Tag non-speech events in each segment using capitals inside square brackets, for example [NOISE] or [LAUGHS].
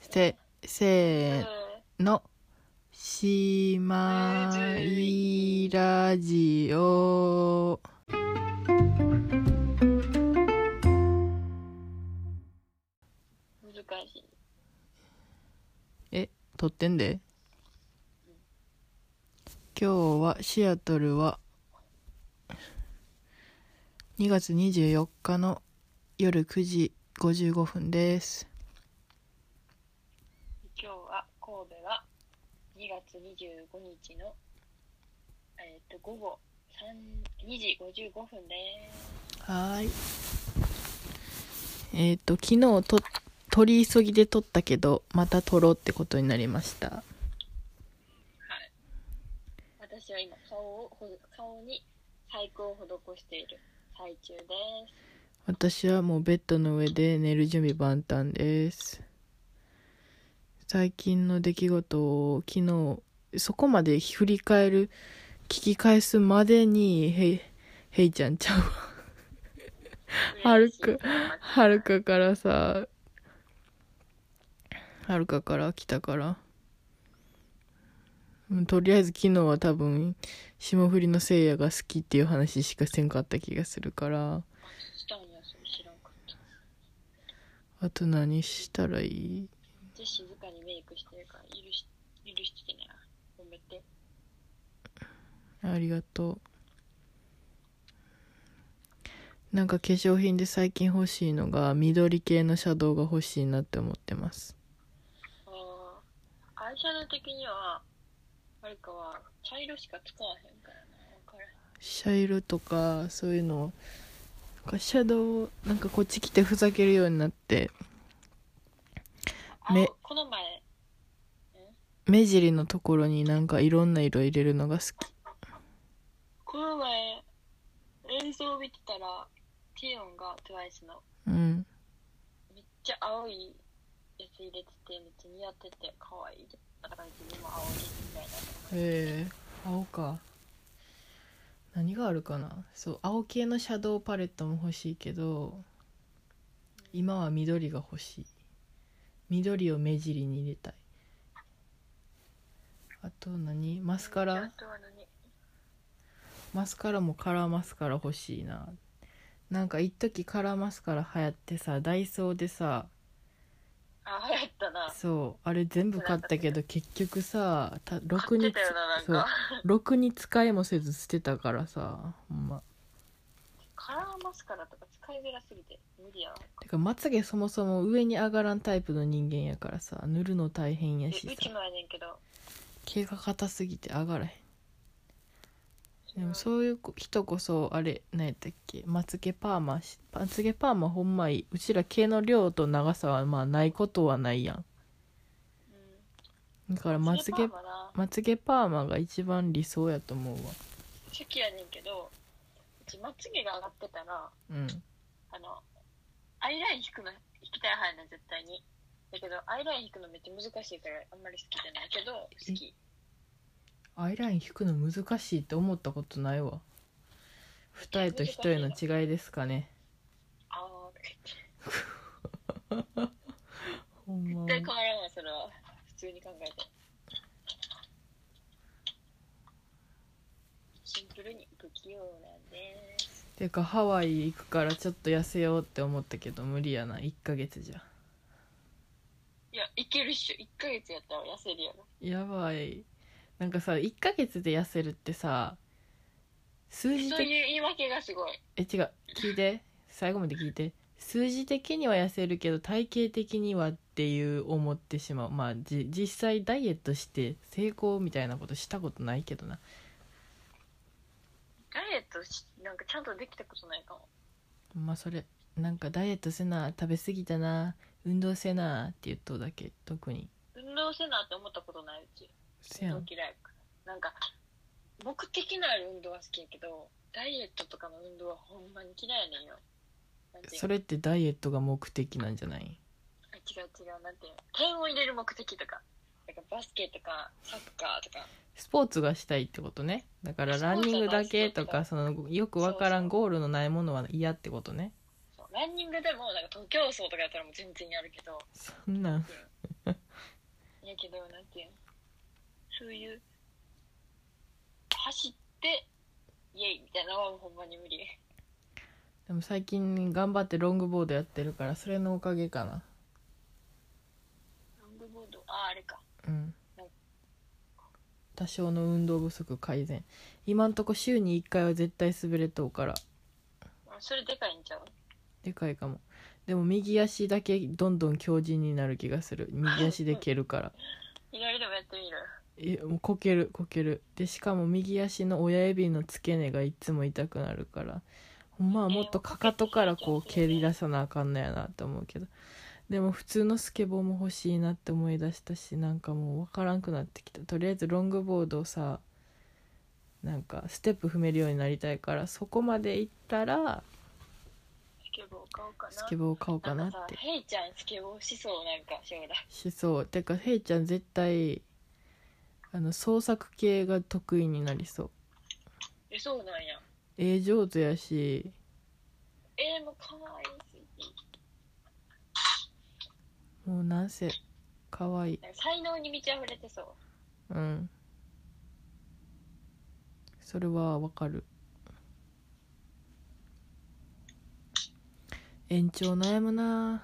せ、うんせーの。しまいラジオ。難しい。え、撮ってんで今日はシアトルは2月24日の夜9時55分です。今日は神戸は2月25日の、えっと午後3 2時55分です。はーい。えっ、と、昨日と、取り急ぎで取ったけど、また取ろうってことになりました。はい。私は今顔をほ顔に細工を施している最中で私はもうベッドの上で寝る準備万端です。最近の出来事を昨日、そこまで振り返る、聞き返すまでに、へい、へいちゃんちゃうわ。す。はるく嬉しいな [LAUGHS] はる。かからさ、はるかから来たから。うんとりあえず昨日は多分、霜降りの聖夜が好きっていう話しかせんかった気がするから、したんやそれ知らんかった。あと何したらいいで静かにメイクしてるから許し許してね。褒めて。ありがとう。なんか化粧品で最近欲しいのが、緑系のシャドウが欲しいなって思ってます。ああ、アイシャドウ的にははるかは茶色しか使わへんからな。わからん。茶色とかそういうのなんかシャドウなんかこっち来てふざけるようになって青めこの前目尻のところになんかいろんな色入れるのが好きこの前映像を見てたらティオンが TWICE のうんめっちゃ青いやつ入れててめっちゃ似合ってて可愛いだから自分も青いみたいなへえ青か何があるかなそう青系のシャドウパレットも欲しいけど今は緑が欲しい緑を目尻に入れたいあと何マスカラあとは何マスカラもカラーマスカラ欲しいななんか一時カラーマスカラ流行ってさダイソーでさあ流行ったなそうあれ全部買ったけど結局さたろく買ってにたよななんそうかろくに使いもせず捨てたからさほんまカラーマスカラとか使いづらすぎて無理やわてかまつげそもそも上に上がらんタイプの人間やからさ塗るの大変えやうしちさもやねんけど毛が硬すぎて上がらへんでもうそういう人こそあれ何やったっけまつげパーマしまつげパーマほんまいいうちら毛の量と長さはまあないことはないやんだからんまつげそれパーマなまつげパーマが一番理想やと思うわ好きやねんけどうちまつげが上がってたらうんあの、アイライン引くの、引きたい派やな、絶対に。だけど、アイライン引くのめっちゃ難しいから、あんまり好きじゃないけど、好き。アイライン引くの難しいって思ったことないわ二重と一重の違いですかねあーとか言って。ほんま絶対変わらんわ、それは。普通に考えて。シンプルに不器用なんです。てかハワイ行くからちょっと痩せようって思ったけど無理やな1ヶ月じゃいや、いけるっしょ。1ヶ月やったら痩せるやろ。やばいなんかさ1ヶ月で痩せるってさ数字そう的いう言い訳がすごい。え違う聞いて最後まで聞いて数字的には痩せるけど体型的にはっていう思ってしまうまあじ実際ダイエットして成功みたいなことしたことないけどなダイエットし、なんかちゃんとできたことないかも。まあそれなんかダイエットせな食べ過ぎたな運動せなって言っとうだけ特に運動せなって思ったことない、うち。せ運や動ん嫌いなんか目的のある運動は好きやけどダイエットとかの運動はほんまに嫌いやねんよなんていうのそれってダイエットが目的なんじゃないあ違う違うなんていうの点を入れる目的とかなんかバスケとかサッカーとかスポーツがしたいってことねだからスポーラツンニングだけとはかそのよくわからんそうゴールのないものは嫌ってことね [LAUGHS] そうランニングでもなんか徒競走とかやったらもう全然やるけどそんなんけどなんていうのそういう走ってイエイみたいなのはもうほんまに無理でも最近頑張ってロングボードやってるからそれのおかげかなロングボードあああれかうんはい多少の運動不足改善今んとこ週に1回は絶対滑れとうからあそれでかいんちゃうでかいかもでも右足だけどんどん強靭になる気がする右足で蹴るから左でもやってみるえもうこけるこけるでしかも右足の親指の付け根がいつも痛くなるからほんまはもっとかかとからこう蹴り出さなあかんのやなと思うけどでも普通のスケボーも欲しいなって思い出したしなんかもう分からんくなってきたとりあえずロングボードをさなんかステップ踏めるようになりたいからそこまで行ったらスケボー買おうかなスケボーを買おうかなっんかてさヘイちゃんスケボーしそうなんか将来しそうてかヘイちゃん絶対あの創作系が得意になりそうえそうなんやええ上手やしえー、もうかわいいしもうなんせ可愛いなんか才能に満ち溢れてそううんそれはわかる延長悩むな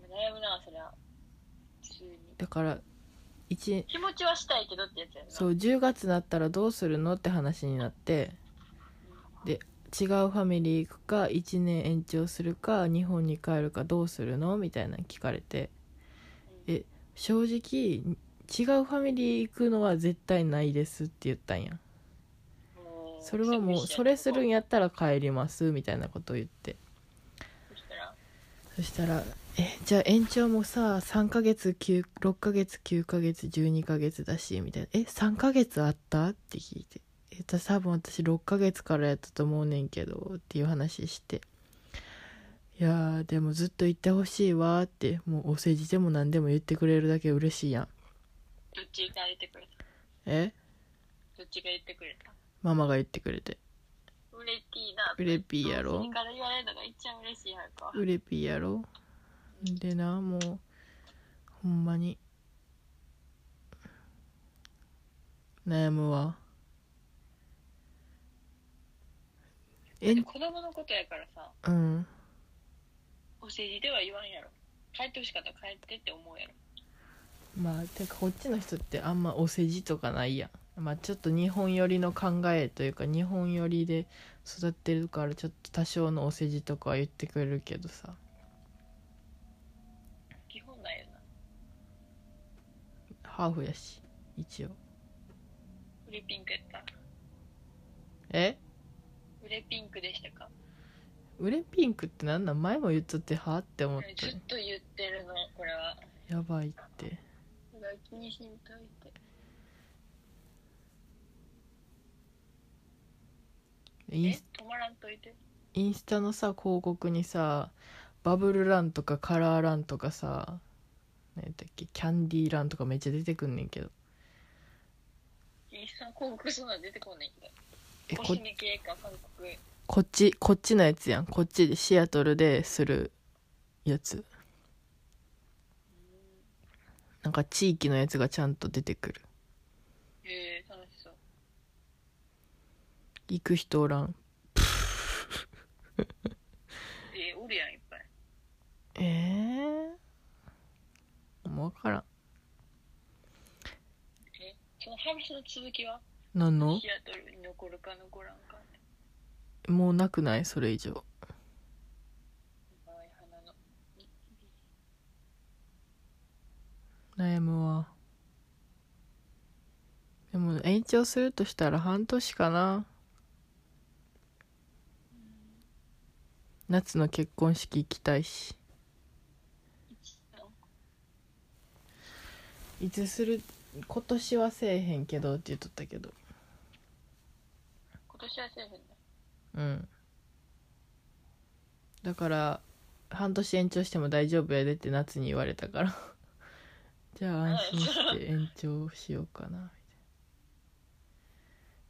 悩むなそれは普通にだから一気持ちはしたいけどってやつやんなそう10月だったらどうするのって話になってで違うファミリー行くか1年延長するか日本に帰るかどうするのみたいなの聞かれてうんえ正直違うファミリー行くのは絶対ないですって言ったんやもうそれはもうそれするんやったら帰りますみたいなことを言ってそしたらそしたら「えじゃあ延長もさ3ヶ月9 6ヶ月9ヶ月12ヶ月だし」みたいな「え3ヶ月あった?」って聞いて「えた多分私6ヶ月からやったと思うねんけど」っていう話して「いやーでもずっと言ってほしいわ」ってもうお世辞でも何でも言ってくれるだけ嬉しいやんどっちが言ってくれたえどっちが言ってくれたママが言ってくれてうれピーなうれピーやろそれから言われるのが一番嬉しいやんかうれぴーやろでなもうほんまに悩むわえで子供のことやからさうんお世辞では言わんやろ帰ってほしかったら帰ってって思うやろまあてかこっちの人ってあんまお世辞とかないやんまあちょっと日本寄りの考えというか日本寄りで育ってるからちょっと多少のお世辞とかは言ってくれるけどさ基本ないよなハーフやし一応うれピンクやったえうれピンクでしたかウレピンクってなんなん前も言っとってはって思っずたっと言ってるのこれはやばいってそれは気にしんといてインえス止まらんといてインスタのさ広告にさバブルランとかカラーランとかさ何やったっけキャンディーランとかめっちゃ出てくんねんけどインスタの広告そんなん出てこないんだえおこひね系か韓国こっちこっちのやつやんこっちでシアトルでするやつなんか地域のやつがちゃんと出てくるへえ楽しそう行く人おらんえー、おるやんいっぱいえー、もう分からんえその話の続きは何のシアトルに残るか残らんかってもうなくないそれ以上場合花の悩むわでも延長するとしたら半年かな夏の結婚式行きたいしいつする今年はせえへんけどって言っとったけど今年はせえへんねうんだから半年延長しても大丈夫やでって夏に言われたから [LAUGHS] じゃあ安心して延長しようかなみたいな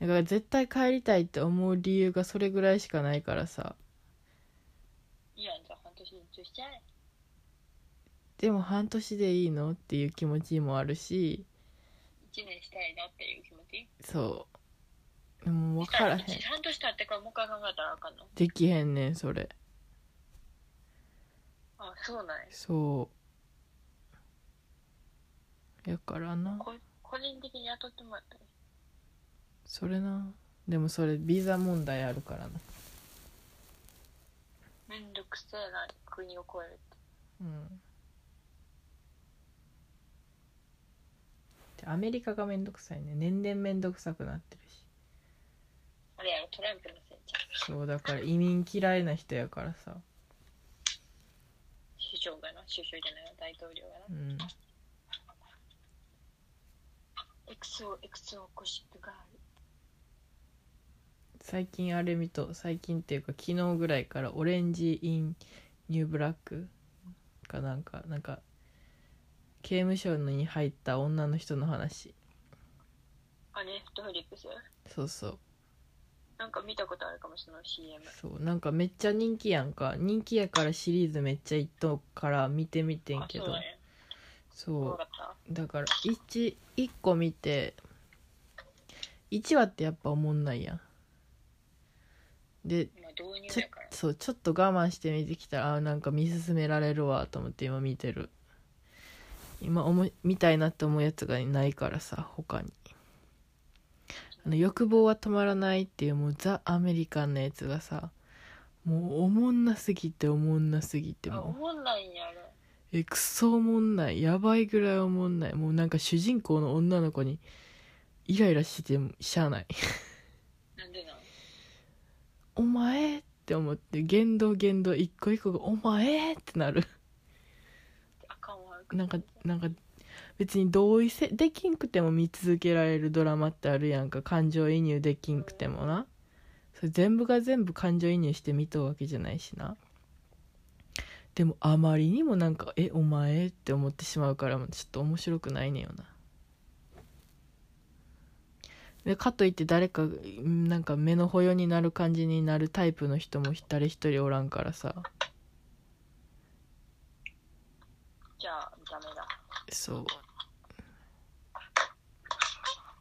だから絶対帰りたいって思う理由がそれぐらいしかないからさいいやんじゃあ半年延長しちゃえでも半年でいいのっていう気持ちもあるし1年したいなっていう気持ちそうでも分からへんしたら半年経ってからもう一回考えたらあかんのできへんねんそれあそうなんやそうやからなこ個人的に雇ってもらったらそれなでもそれビザ問題あるからなめんどくせえな国を越えるってうんでアメリカがめんどくさいね年々めんどくさくなってるしあれやろトランプのせいじゃんそうだから移民嫌いな人やからさ首相がな首相じゃないわ大統領がなうんエクソエクソゴシップガール最近あれ見と最近っていうか昨日ぐらいから「オレンジ・イン・ニュー・ブラック」かなんかなんか刑務所に入った女の人の話あネットフリックスそうそうなんか見たことあるかもその CM そうなんかめっちゃ人気やんか人気やからシリーズめっちゃ一等から見てみてんあけそどうだねおもそろうかっただから 1, 1個見て1話ってやっぱおもんないやんで今導入ちょだからそうちょっと我慢して見てきたらあなんか見進められるわと思って今見てる今思い見たいなって思うやつがいないからさ他にあの欲望は止まらないっていうもうザ・アメリカンなやつがさもうおもんなすぎておもんなすぎてあもおもんないんやあれうえクソおもんないやばいぐらいおもんないもうなんか主人公の女の子にイライラしてもしゃあないなんでなんお前って思って言動言動一個一個がお前ってなるあかんわなんかなんか別に同意せできんくても見続けられるドラマってあるやんか感情移入できんくてもなそれ全部が全部感情移入して見とうわけじゃないしなでもあまりにもなんか「えお前」って思ってしまうからちょっと面白くないねんよなでかといって誰かんなんか目の保養になる感じになるタイプの人も誰一人おらんからさじゃあダメだそう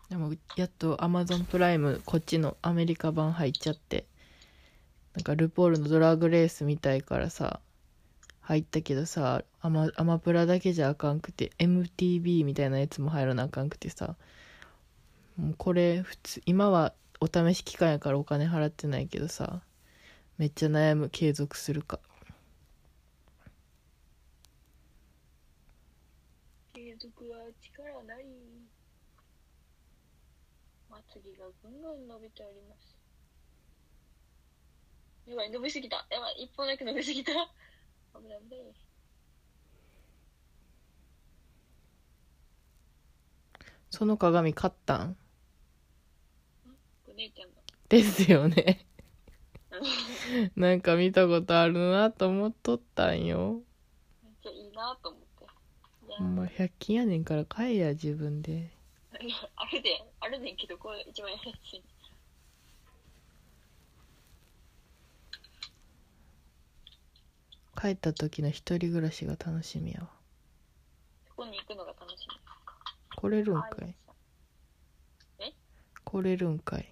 でもやっとアマゾンプライムこっちのアメリカ版入っちゃってなんかルポールのドラッグレースみたいからさ入ったけどさアマアマプラだけじゃあかんくて MTV みたいなやつも入らなあかんくてさもうこれ普通今はお試し期間やからお金払ってないけどさめっちゃ悩む継続するか継続は力なりまつげがぐんぐん伸びておりますやばい伸びすぎたやばい一本だけ伸びすぎた危ない危ないその鏡買ったんお姉ちゃんがですよねなんか見たことあるなと思っとったんよめっちゃいいなと思っていやほんま100均やねんから買えや自分であるであるねんけどこれ一番安い帰った時の一人暮らしが楽しみやわそこに行くのが楽し来れみるんかいあ来れるんかい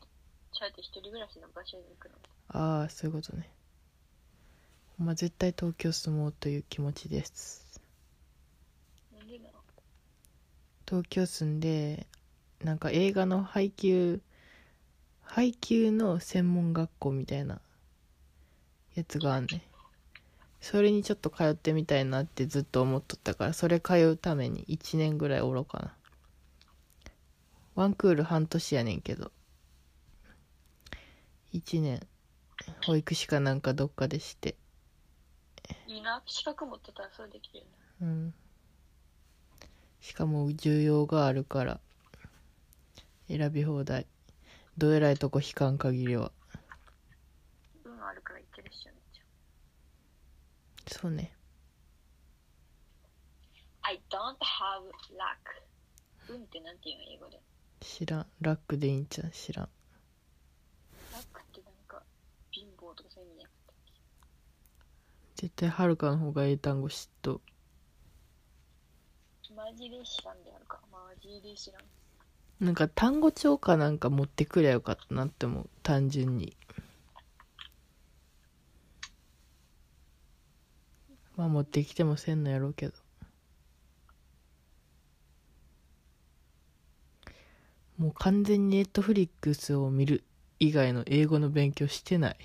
ちゃうって一人暮らしの場所に行くのああそういうことねほんま絶対東京住もうという気持ちですなんでなの東京住んでなんか映画の配給配給の専門学校みたいなやつがあんねんそれにちょっと通ってみたいなってずっと思っとったからそれ通うために1年ぐらいおろうかなワンクール半年やねんけど1年保育士かなんかどっかでしていいな資格持ってたらそれできるよなうんしかも需要があるから選び放題どえらいとこ引かん限りは運あるから行けるっしょめっちゃそうね I don't have luck 運ってなんて言うの英語で知らんラックでいいんちゃう知らん luck ってなんか貧乏とかそういう意味じゃなくて絶対はるかの方がええ単語知っとうマジで知らんであるか。マジで知らん。なんか単語帳かなんか持ってくりゃよかったなって思う単純にまあ持ってきてもせんのやろうけどもう完全にネットフリックスを見る以外の英語の勉強してない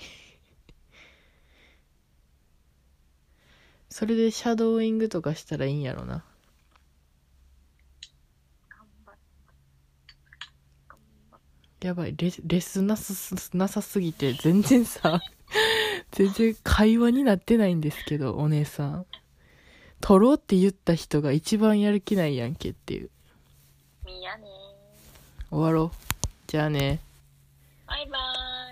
それでシャドーイングとかしたらいいんやろな頑張っ頑張っやばいレレスなさすなさすぎて全然さ [LAUGHS] 全然会話になってないんですけどお姉さん取ろうって言った人が一番やる気ないやんけっていうみやね終わろうじゃあねバイバーイ。